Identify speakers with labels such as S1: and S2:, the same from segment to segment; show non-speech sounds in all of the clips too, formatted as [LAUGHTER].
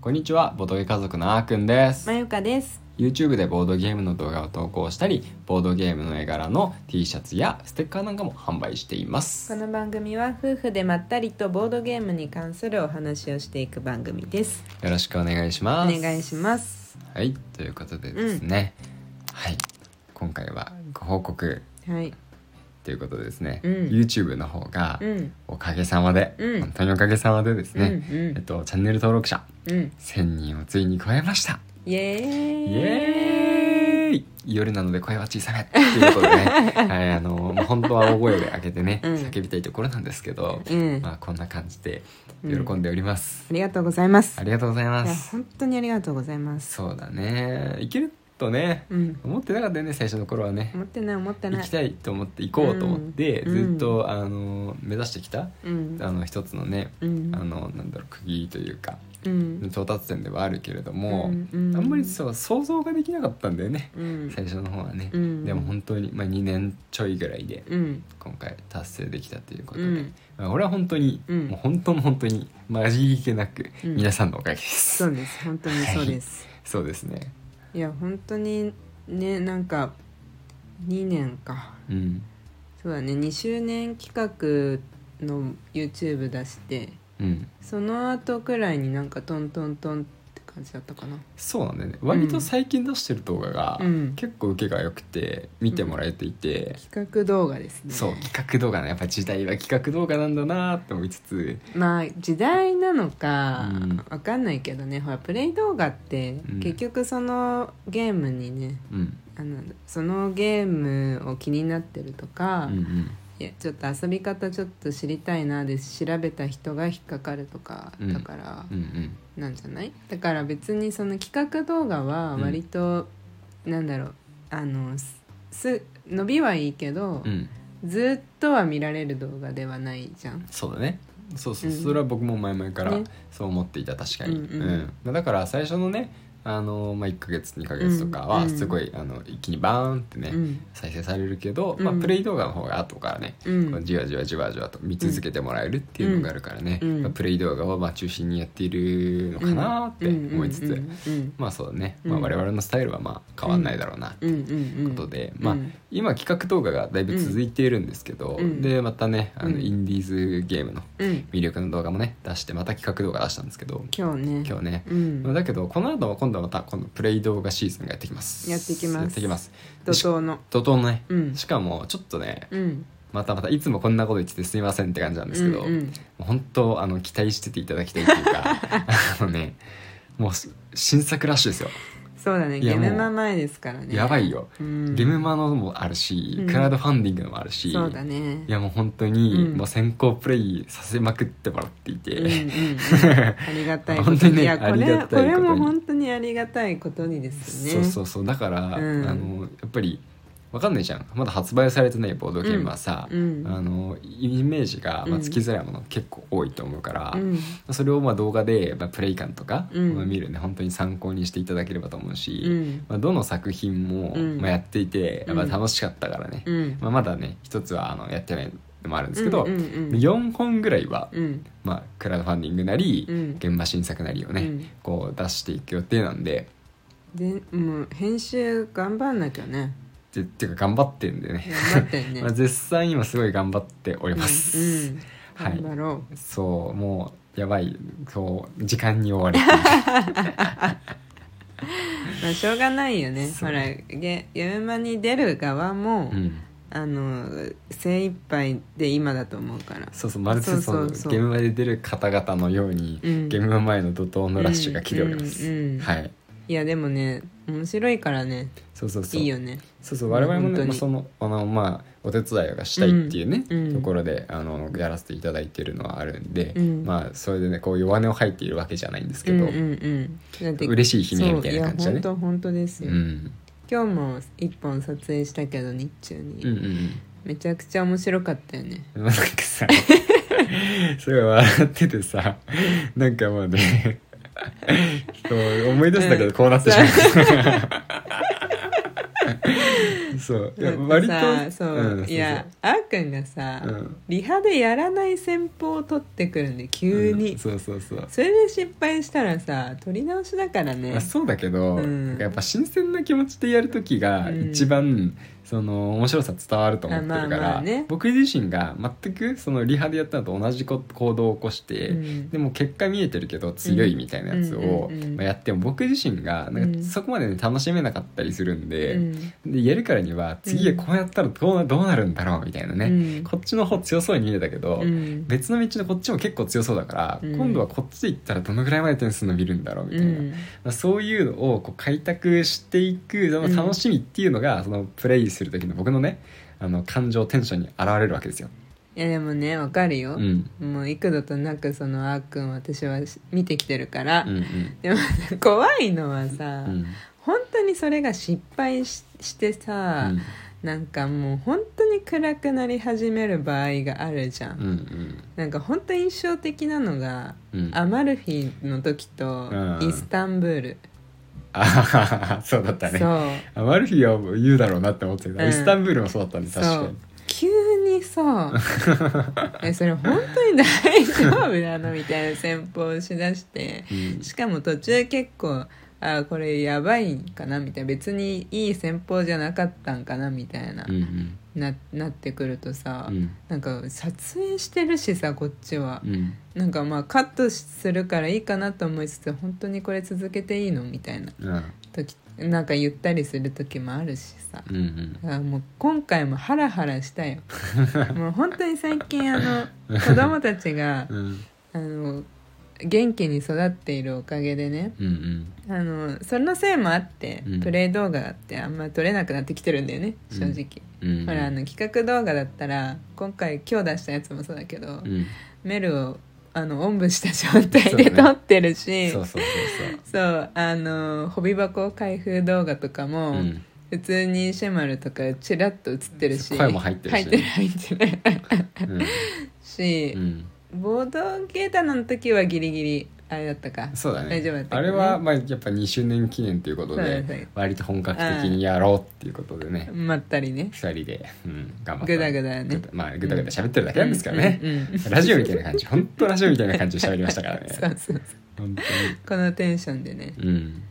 S1: こんにちはボードゲ家族のあーくんです
S2: まゆかです。
S1: YouTube でボードゲームの動画を投稿したりボードゲームの絵柄の T シャツやステッカーなんかも販売しています
S2: この番組は夫婦でまったりとボードゲームに関するお話をしていく番組です。
S1: よろしくお願いし
S2: お
S1: ます
S2: 願いします。
S1: はいということでですね、はい今回はご報告
S2: はい。
S1: ということでですね、
S2: うん
S1: YouTube の方が
S2: うん。
S1: おかげさまで、
S2: うん
S1: 本当におかげさまでです
S2: うん。う
S1: ね、えっ
S2: ん。
S1: とチャンネル登録者
S2: うん。
S1: 1000人をついに超えました
S2: イエーイ。
S1: イエーイ夜なので声は小さめって [LAUGHS] いうことでね、はい、あのまあ本当は大声で上げてね、
S2: うん
S1: 叫びたいところなんですけど、
S2: うん。あ
S1: まあ、こんな感じで喜んでおります、
S2: りがとうございます。
S1: ありがとうございま
S2: いや
S1: す
S2: 本当にありがとうございます。
S1: そうだねいけるとね
S2: うん。
S1: 思ってなかったよね最初の頃はね
S2: 思ってない思って
S1: 行
S2: ない
S1: き。たいと思って行こうと思って、
S2: うん
S1: ずっとあの目指してきた
S2: うん。
S1: あの一つのね
S2: うん。
S1: あのなんだろう区切りというか
S2: うん。
S1: 到達点ではあるけれども、
S2: うんうん
S1: あんまりそう想像ができなかったんだよね、
S2: うん。
S1: 最初の方はね、
S2: うん
S1: でも本当に、まあ、2年ちょいぐらいで
S2: うん。
S1: 今回達成できたということ
S2: う
S1: で、
S2: ん。
S1: まあ、俺は本当に、
S2: うん
S1: もう本当の本当にまじいけなく、
S2: うん
S1: 皆さんのおかげです、
S2: そうです。本当にそうです。
S1: そうですね
S2: いや、本当に。ね、なんか。2年か。
S1: うん
S2: そうだね2周年企画の YouTube 出して
S1: うん
S2: その後くらいになんかトントントンって感じだったかな
S1: そうなんだよね割と最近出してる動画が、
S2: うん
S1: 結構受けが良くて見てもらえていて、
S2: 企画動画ですね
S1: そう企画動画ねやっぱ時代は企画動画なんだなって思いつつ
S2: まあ時代なのか
S1: うん
S2: わかんないけどねほらプレイ動画って
S1: うん
S2: 結局そのゲームにね
S1: うん
S2: あのそのゲームを気になってると
S1: う
S2: か、
S1: んうん
S2: いやちょっと遊び方ちょっと知りたいなで調べた人が引っかかるとか
S1: うん
S2: だから、
S1: うんうん
S2: なんじゃないだから別にその企画動画は割と、なんだろうあのすす伸びはいいけど、
S1: うん
S2: ずっとは見られる動画ではないじゃん。
S1: そうだねそうそう、
S2: うん
S1: それは僕も前々から
S2: ね
S1: そう思っていた確かに、
S2: うんうん
S1: うんだから最初のねあの、まあ、1ヶ月2ヶ月とか
S2: う
S1: は
S2: んうん
S1: すごい、あの一気にバーンってね、
S2: うん
S1: 再生されるけど、まあ、
S2: うん
S1: プレイ動画の方が後からね、
S2: うん
S1: こうじわじわじわじわと見続けてもらえるっていうのがあるからね、
S2: うん
S1: まあ、プレイ動画をまあ中心にやっているのかなって思いつつ、まあそうだね、まあ、
S2: うん
S1: 我々のスタイルはまあ変わんないだろうな
S2: こ
S1: ことで、まあ
S2: うん
S1: 今企画動画がだいぶ続いているんですけど、
S2: うん
S1: でまたねあの
S2: うん
S1: インディーズゲームの
S2: うん、
S1: 魅力の動画もね出してまた企画動画出したんですけど
S2: 今日ね
S1: 今日ね、
S2: うん、
S1: だけどこの後は今度はまた今度プレイ動画シーズンがやってきます
S2: やってきます
S1: やってきます
S2: 怒涛の、
S1: 怒涛のね、
S2: うん
S1: しかもちょっとね
S2: うん、
S1: またまたいつもこんなこと言っててすいませんって感じなんですけど、
S2: うんうん
S1: もう本当あの期待してていただきたいっていう
S2: [LAUGHS]
S1: かあのねもうす新作ラッシュですよ、
S2: そうだね
S1: いや
S2: ゲ
S1: もう
S2: メマ前ですからね
S1: やばいよ、
S2: うん
S1: ゲームマのもあるし、
S2: うん
S1: クラウドファンディングのもあるし、
S2: そうだね
S1: いやもう本当に、
S2: うん
S1: もう先行プレイさせまくってもらっていて、
S2: うん
S1: [LAUGHS]
S2: うんうんありがたいこと
S1: 本当にね
S2: いやこ
S1: ありがたい
S2: れ
S1: こと
S2: こ
S1: に
S2: れも本当にありがたいことにですね
S1: そうそうそうだから、
S2: うん
S1: あのやっぱりわかんないじゃんまだ発売されてないボードゲームはさ、
S2: うん
S1: あのイメージがまあつきづらいもの結構多いと思うから、
S2: うん
S1: それをまあ動画で、まあ、プレイ感とか、
S2: うん
S1: まあ、見るね本当に参考にしていただければと思うし、
S2: うん
S1: まあ、どの作品も、
S2: うん
S1: まあ、やっていて、
S2: うん
S1: まあ、楽しかったからね、
S2: うん
S1: まあ、まだね一つはあのやってないのもあるんですけど、
S2: うんうんうん
S1: 4本ぐらいは、
S2: うん
S1: まあ、クラウドファンディングなり、
S2: うん
S1: 現場新作なりをね、
S2: うん
S1: こう出していく予定なんで。
S2: でもう編集頑張んなきゃね
S1: てっていうか頑張ってんでね
S2: 頑張って
S1: [LAUGHS]
S2: ね
S1: まあ絶賛今すごい頑張っております、
S2: うんうん
S1: はい
S2: 頑張ろ、
S1: そうもうやばいそう時間に追われていう
S2: まあしょうがないよね
S1: そ
S2: ほ
S1: う
S2: らゲゲームマに出る側も、
S1: る、うん、
S2: あの精一杯で今だと思うから
S1: そうそうまるでそ
S2: そ
S1: の
S2: う
S1: ゲ
S2: そうそ
S1: ー
S2: う
S1: ム前で出る方々のように、
S2: うん
S1: ゲーム前の怒涛のラッシュが来ております、
S2: うんうんうん
S1: はい
S2: いやでもね面白いからね
S1: そうそうそう
S2: いいよね
S1: そうそう我々も
S2: 本
S1: ね、
S2: 当に
S1: まあ、そのあのまあお手伝いがしたいっていうね、
S2: うんうん
S1: ところであのやらせていただいてるのはあるんで、
S2: うん
S1: まあそれでねこう弱音を吐いているわけじゃないんですけど、
S2: うんうんうん、だって
S1: 嬉しい悲鳴みたいな感じだね
S2: そういや本当本当ですよ、
S1: うん
S2: 今日も一本撮影したけど日中に、
S1: うんうんうん
S2: めちゃくちゃ面白かったよね
S1: なんかさすごい笑っててさなんかもうねこう思い出すだけでこうなってしまう、そうい
S2: だ
S1: や
S2: って
S1: 割と
S2: さそう、
S1: うん
S2: いやあっくんがさ、
S1: そうそううん
S2: リハでやらない戦法を取ってくるんで急に、
S1: うんそうそうそう
S2: それで失敗したらさ取り直しだからね
S1: まあ、そうだけど、
S2: うん
S1: なんかやっぱ新鮮な気持ちでやる時が
S2: うん
S1: 一番、その面白さ伝わると思ってるから、
S2: あまあまあね
S1: 僕自身が全くそのリハでやったのと同じこ行動を起こして、
S2: うん
S1: でも結果見えてるけど強いみたいなやつを
S2: うんうんうんうん
S1: まあやっても僕自身がなん
S2: う
S1: か
S2: ん
S1: そこまでね楽しめなかったりするんで,、
S2: うん
S1: でやるからには次はこうやったらどうなどうなるんだろうみたいなね、
S2: うん
S1: こっちの方強そうに見えたけど、
S2: うん
S1: 別の道のこっちも結構強そうだから、
S2: うん
S1: 今度はこっちで行ったらどのぐらいまで点数伸びるんだろうみた
S2: う
S1: いな、
S2: ん
S1: まあ、そういうのをこう開拓していくその楽しみっていうのが、そのプレイする時の僕のねあの感情テンションに現れるわけですよ。
S2: いやでもねわかるよ
S1: う、ん
S2: もう幾度となくそのあっくんを私はし見てきてるから、
S1: うんうん
S2: でも怖いのはさ、
S1: うん
S2: 本当にそれが失敗ししてさ、
S1: うん
S2: なんかもう本当に暗くなり始める場合があるじゃん、
S1: うんうん
S2: なんか本当印象的なのが、
S1: うん
S2: アマルフィの時と
S1: うん
S2: イスタンブール、
S1: あはははそうだった
S2: そ
S1: ね。
S2: う
S1: アマルフィは言うだろうなって思ってたけど、
S2: うん
S1: イスタンブールもそうだったね
S2: そ
S1: 確か
S2: う急
S1: [LAUGHS]
S2: にさえそれ本当に大丈夫なのみたいな戦法をしだして
S1: に。うん
S2: しかも途中結構あこれやばいんかなみたいな別にいい戦法じゃなかったんかなみたいな、
S1: うん
S2: ななってくるとさ、
S1: うんうん
S2: なんか撮影してるしさこっちは
S1: う、ん
S2: なんかまあカットするからいいかなと思いつつ本当にこれ続けていいのみたいな
S1: うん
S2: 時なんか言ったりする時もあるしさ
S1: うんうん
S2: あもう今回もハラハラした
S1: [LAUGHS]
S2: よもう本当に最近あの子供たちが
S1: うん
S2: あの元気に育っているおかげでね
S1: うんうん
S2: あのそのせいもあって、
S1: うん
S2: プレイ動画ってあんま撮れなくなってきてるんだよね正直、
S1: うん
S2: ほらあの企画動画だったら今回今日出したやつもそうだけど、
S1: うん
S2: メルをあのおんぶした状態で
S1: そう
S2: 撮
S1: ね
S2: ってるし
S1: そうそうそうそう
S2: そうあのホビ箱開封動画とかも、
S1: うん
S2: 普通にシェマルとかチラッと映ってるし
S1: 声も入ってるし
S2: 入ってる入ってる
S1: うん
S2: し
S1: う、ん
S2: ボードゲータの時はギリギリあれだったか
S1: そうだね
S2: 大丈夫だった
S1: あ
S2: けどね
S1: れはまあやっぱ2周年記念ということ
S2: そうだ
S1: で、
S2: ね
S1: 割と本格的にやろうっていうことでね、
S2: まったりね
S1: 二人で、うん、頑張って
S2: グダグダね
S1: まあグダグダ喋ってるだけなんですからね、
S2: うんうんうん
S1: ラジオみたいな感じ本当ラジオみたいな感じで喋りましたから
S2: [LAUGHS] そ
S1: ね
S2: うそうそう
S1: 本
S2: このテンションでね
S1: 当にうん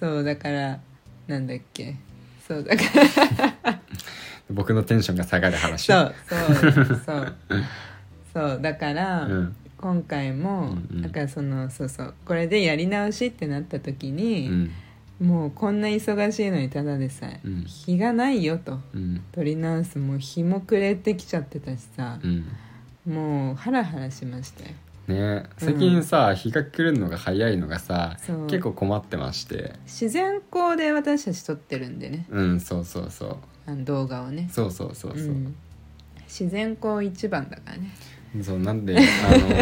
S2: そうだからなんだっけそうだから
S1: 僕のテンションが下がる話
S2: そう
S1: [LAUGHS]
S2: そうそうそうだから、
S1: うん
S2: 今回も、
S1: うんうん
S2: だからそのそうそうこれでやり直しってなった時
S1: う
S2: に、
S1: ん
S2: もうこんな忙しいのにただでさえ、
S1: うん
S2: 日がないよと
S1: うん
S2: 取り直すもう日も暮れてきちゃってたしさ
S1: う、ん
S2: もうハラハラしましたよ
S1: ね最近さ、日が来るのが早いのがさ
S2: そう
S1: 結構困ってまして
S2: 自然光で私たち撮ってるんでね
S1: うんそうそうそう
S2: あの動画をね
S1: そうそうそうそう、
S2: ん、自然光一番だからね
S1: そうなんであ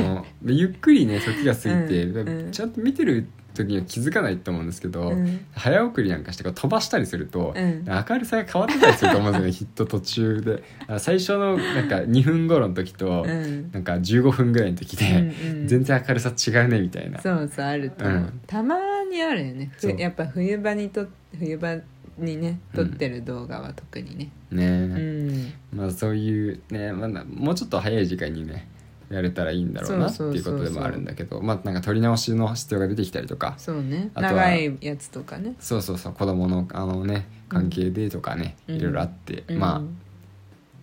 S1: のでゆっくりね時が過ぎて、
S2: うんうん
S1: ちゃんと見てる時には気づかないと思うんですけど、
S2: うん
S1: 早送りなんかしてこう飛ばしたりすると、
S2: うん
S1: 明るさが変わってたりすると思うんですよねきっと途中であ最初のなんか2分頃の時と、
S2: うん
S1: なんか15分ぐらいの時で、
S2: うんうん
S1: 全然明るさ違うねみたいな
S2: そうそうあると思う、
S1: うん
S2: たまにあるよねふ
S1: そう
S2: やっぱ冬場にと冬場にね撮ってる動画は特にね
S1: ね、
S2: うん、
S1: まあそういうね、まあ、なもうちょっと早い時間にねやれたらいいんだろうなって
S2: そうそう
S1: い
S2: そう
S1: うこ
S2: そ
S1: と
S2: う
S1: でもあるんだけどまあなんか撮り直しの必要が出てきたりとか
S2: そうね
S1: あとは
S2: 長いやつとかね
S1: そうそうそう子供のあのね関係でとかね、
S2: うん
S1: いろいろあって、ま
S2: うん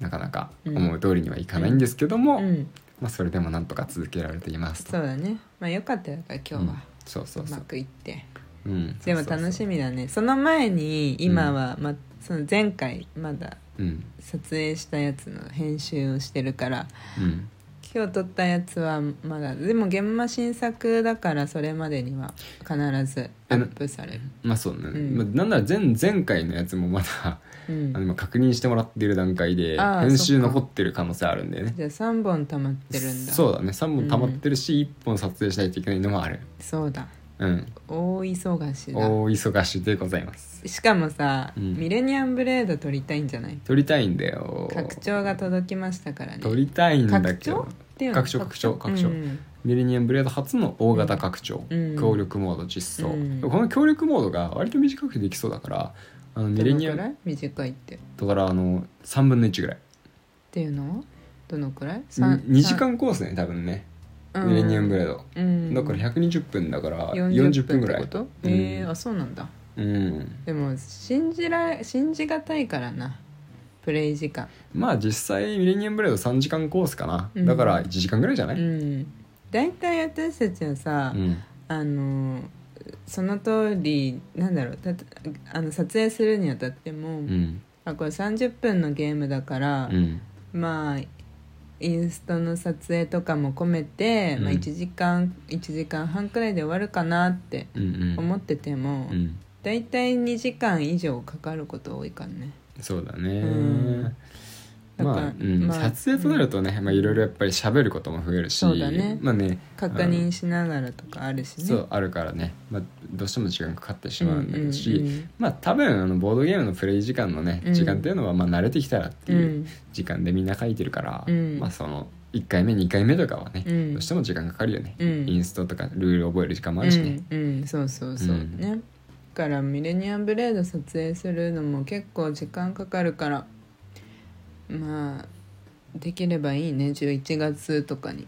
S1: あなかなか
S2: うん
S1: 思う通りにはいかないんですけども、
S2: うん、
S1: まあ、それでもなんとか続けられていますと
S2: そうだねまあよかったよだから今日は、
S1: そうそううそう、
S2: まくいって
S1: うん、
S2: でも楽し
S1: み
S2: みだねその前に今は、ま、その前回まだ
S1: うん
S2: 撮影したやつの編集をしてるから
S1: うん
S2: 今日撮ったやつはまだでも現場新作だからそれまでには必ずアップされる、
S1: まあそうね、
S2: うん
S1: まあ、なんなら前前回のやつもまだあ
S2: う
S1: の
S2: ん、
S1: 今確認してもらっている段階で
S2: あー
S1: 編集
S2: そっか
S1: 残ってる可能性あるんだよね
S2: じゃあ3本溜まってるんだ
S1: そうだね3本溜まってるし、1本撮影しないといけないのもある
S2: そうだ
S1: うん
S2: 大忙しだ
S1: 大忙しでございます
S2: しかもさ、
S1: うん
S2: ミレニアムブレード撮りたいんじゃない
S1: 撮りたいんだよ
S2: 拡張が届きましたからね
S1: 撮りたいんだ
S2: 拡
S1: け
S2: 張
S1: ど
S2: っていうの
S1: 拡張拡張拡張、
S2: うん
S1: ミレニアムブレード初の大型拡張、
S2: うん
S1: 協力モード実装、
S2: うん
S1: この協力モードが割と短くできそうだからあのミ
S2: ど
S1: レ
S2: の
S1: ニア
S2: く
S1: ム
S2: らい短いってっ
S1: だからあの3分の1ぐらい
S2: ていうのはどのくらいさん
S1: 2時間コースね多分ね
S2: うん
S1: ミレニアムグレード
S2: うん
S1: だから120分だから
S2: 40
S1: 40分
S2: 分っ
S1: ぐ
S2: て
S1: ら
S2: こ
S1: い
S2: と
S1: うん
S2: ええあそうなんだ
S1: うん
S2: でも信じら信じがたいからなプレイ時間
S1: まあ実際ミレニアムブレード3時間コースかな、
S2: うん
S1: だから1時間ぐらいじゃな
S2: う
S1: い、
S2: ん大体私たちはさ、
S1: うん
S2: あのその通りなんだろうたとあの撮影するにあたっても、
S1: うん
S2: あこれ30分のゲームだから
S1: う、ん
S2: まあインストの撮影とかも込めて、
S1: うん
S2: まあ、1時間1時間半くらいで終わるかなって
S1: うんうん
S2: 思ってても、
S1: うん
S2: 大体2時間以上かかること多いからね
S1: そうだね、
S2: うんだから
S1: まあ、うん
S2: まあ
S1: 撮影となるとね、まあ、いろいろやっぱり喋ることも増えるし
S2: そうだね
S1: まあね
S2: 確認しながらとかあるしね
S1: そうあるからね、まあ、どうしても時間かかってしまうんだけどし、
S2: うんうん
S1: まあ多分あのボードゲームのプレイ時間のね、
S2: うん
S1: 時間っていうのはまあ慣れてきたらって
S2: うん
S1: いう時間でみんな書いてるから、
S2: うん
S1: まあその1回目2回目とかはね、
S2: うん
S1: どうしても時間かかるよね、
S2: うん
S1: インストとかルール覚える時間もあるしね、
S2: うん、うんそうそうそう、
S1: うん
S2: ねだからミレニアムブレード撮影するのも結構時間かかるからまあできればいいね11月とかに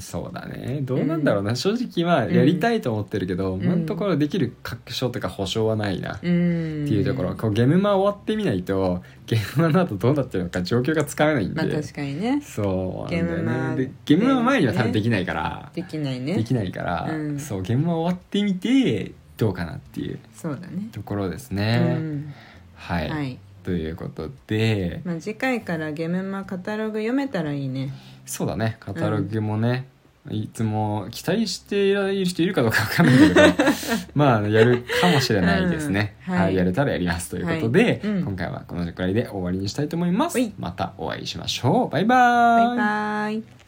S1: そうだねどうなんだろうな、正直まあやりたいと思ってるけど、
S2: ん
S1: 今のところできる確証とか保証はないな、
S2: うん
S1: っていうところこうゲームマ終わってみないと [LAUGHS] ゲームマの後どうなってるのか状況がつかめないんで、
S2: まあ確かにね
S1: そうなんだよ
S2: ゲームマ
S1: ねでゲームマ前には多分できないから、
S2: できない
S1: で
S2: ね
S1: きないから、
S2: うん
S1: そう現場終わってみてどうかなっていう
S2: そうだね、
S1: ところです
S2: う
S1: ね、
S2: ん
S1: はい、
S2: はい、
S1: ということで
S2: まあ、次回からゲームマカタログ読めたらいいね
S1: そうだねカタログもね、いつも期待している人いるかどうかわかんない [LAUGHS] けどまあやるかもしれないですね、
S2: うんは
S1: はいいやれたらやりますということで、
S2: はいうん
S1: 今回はこのくらいで終わりにしたいと思います
S2: ほい
S1: またお会いしましょうバイバ
S2: バイバイ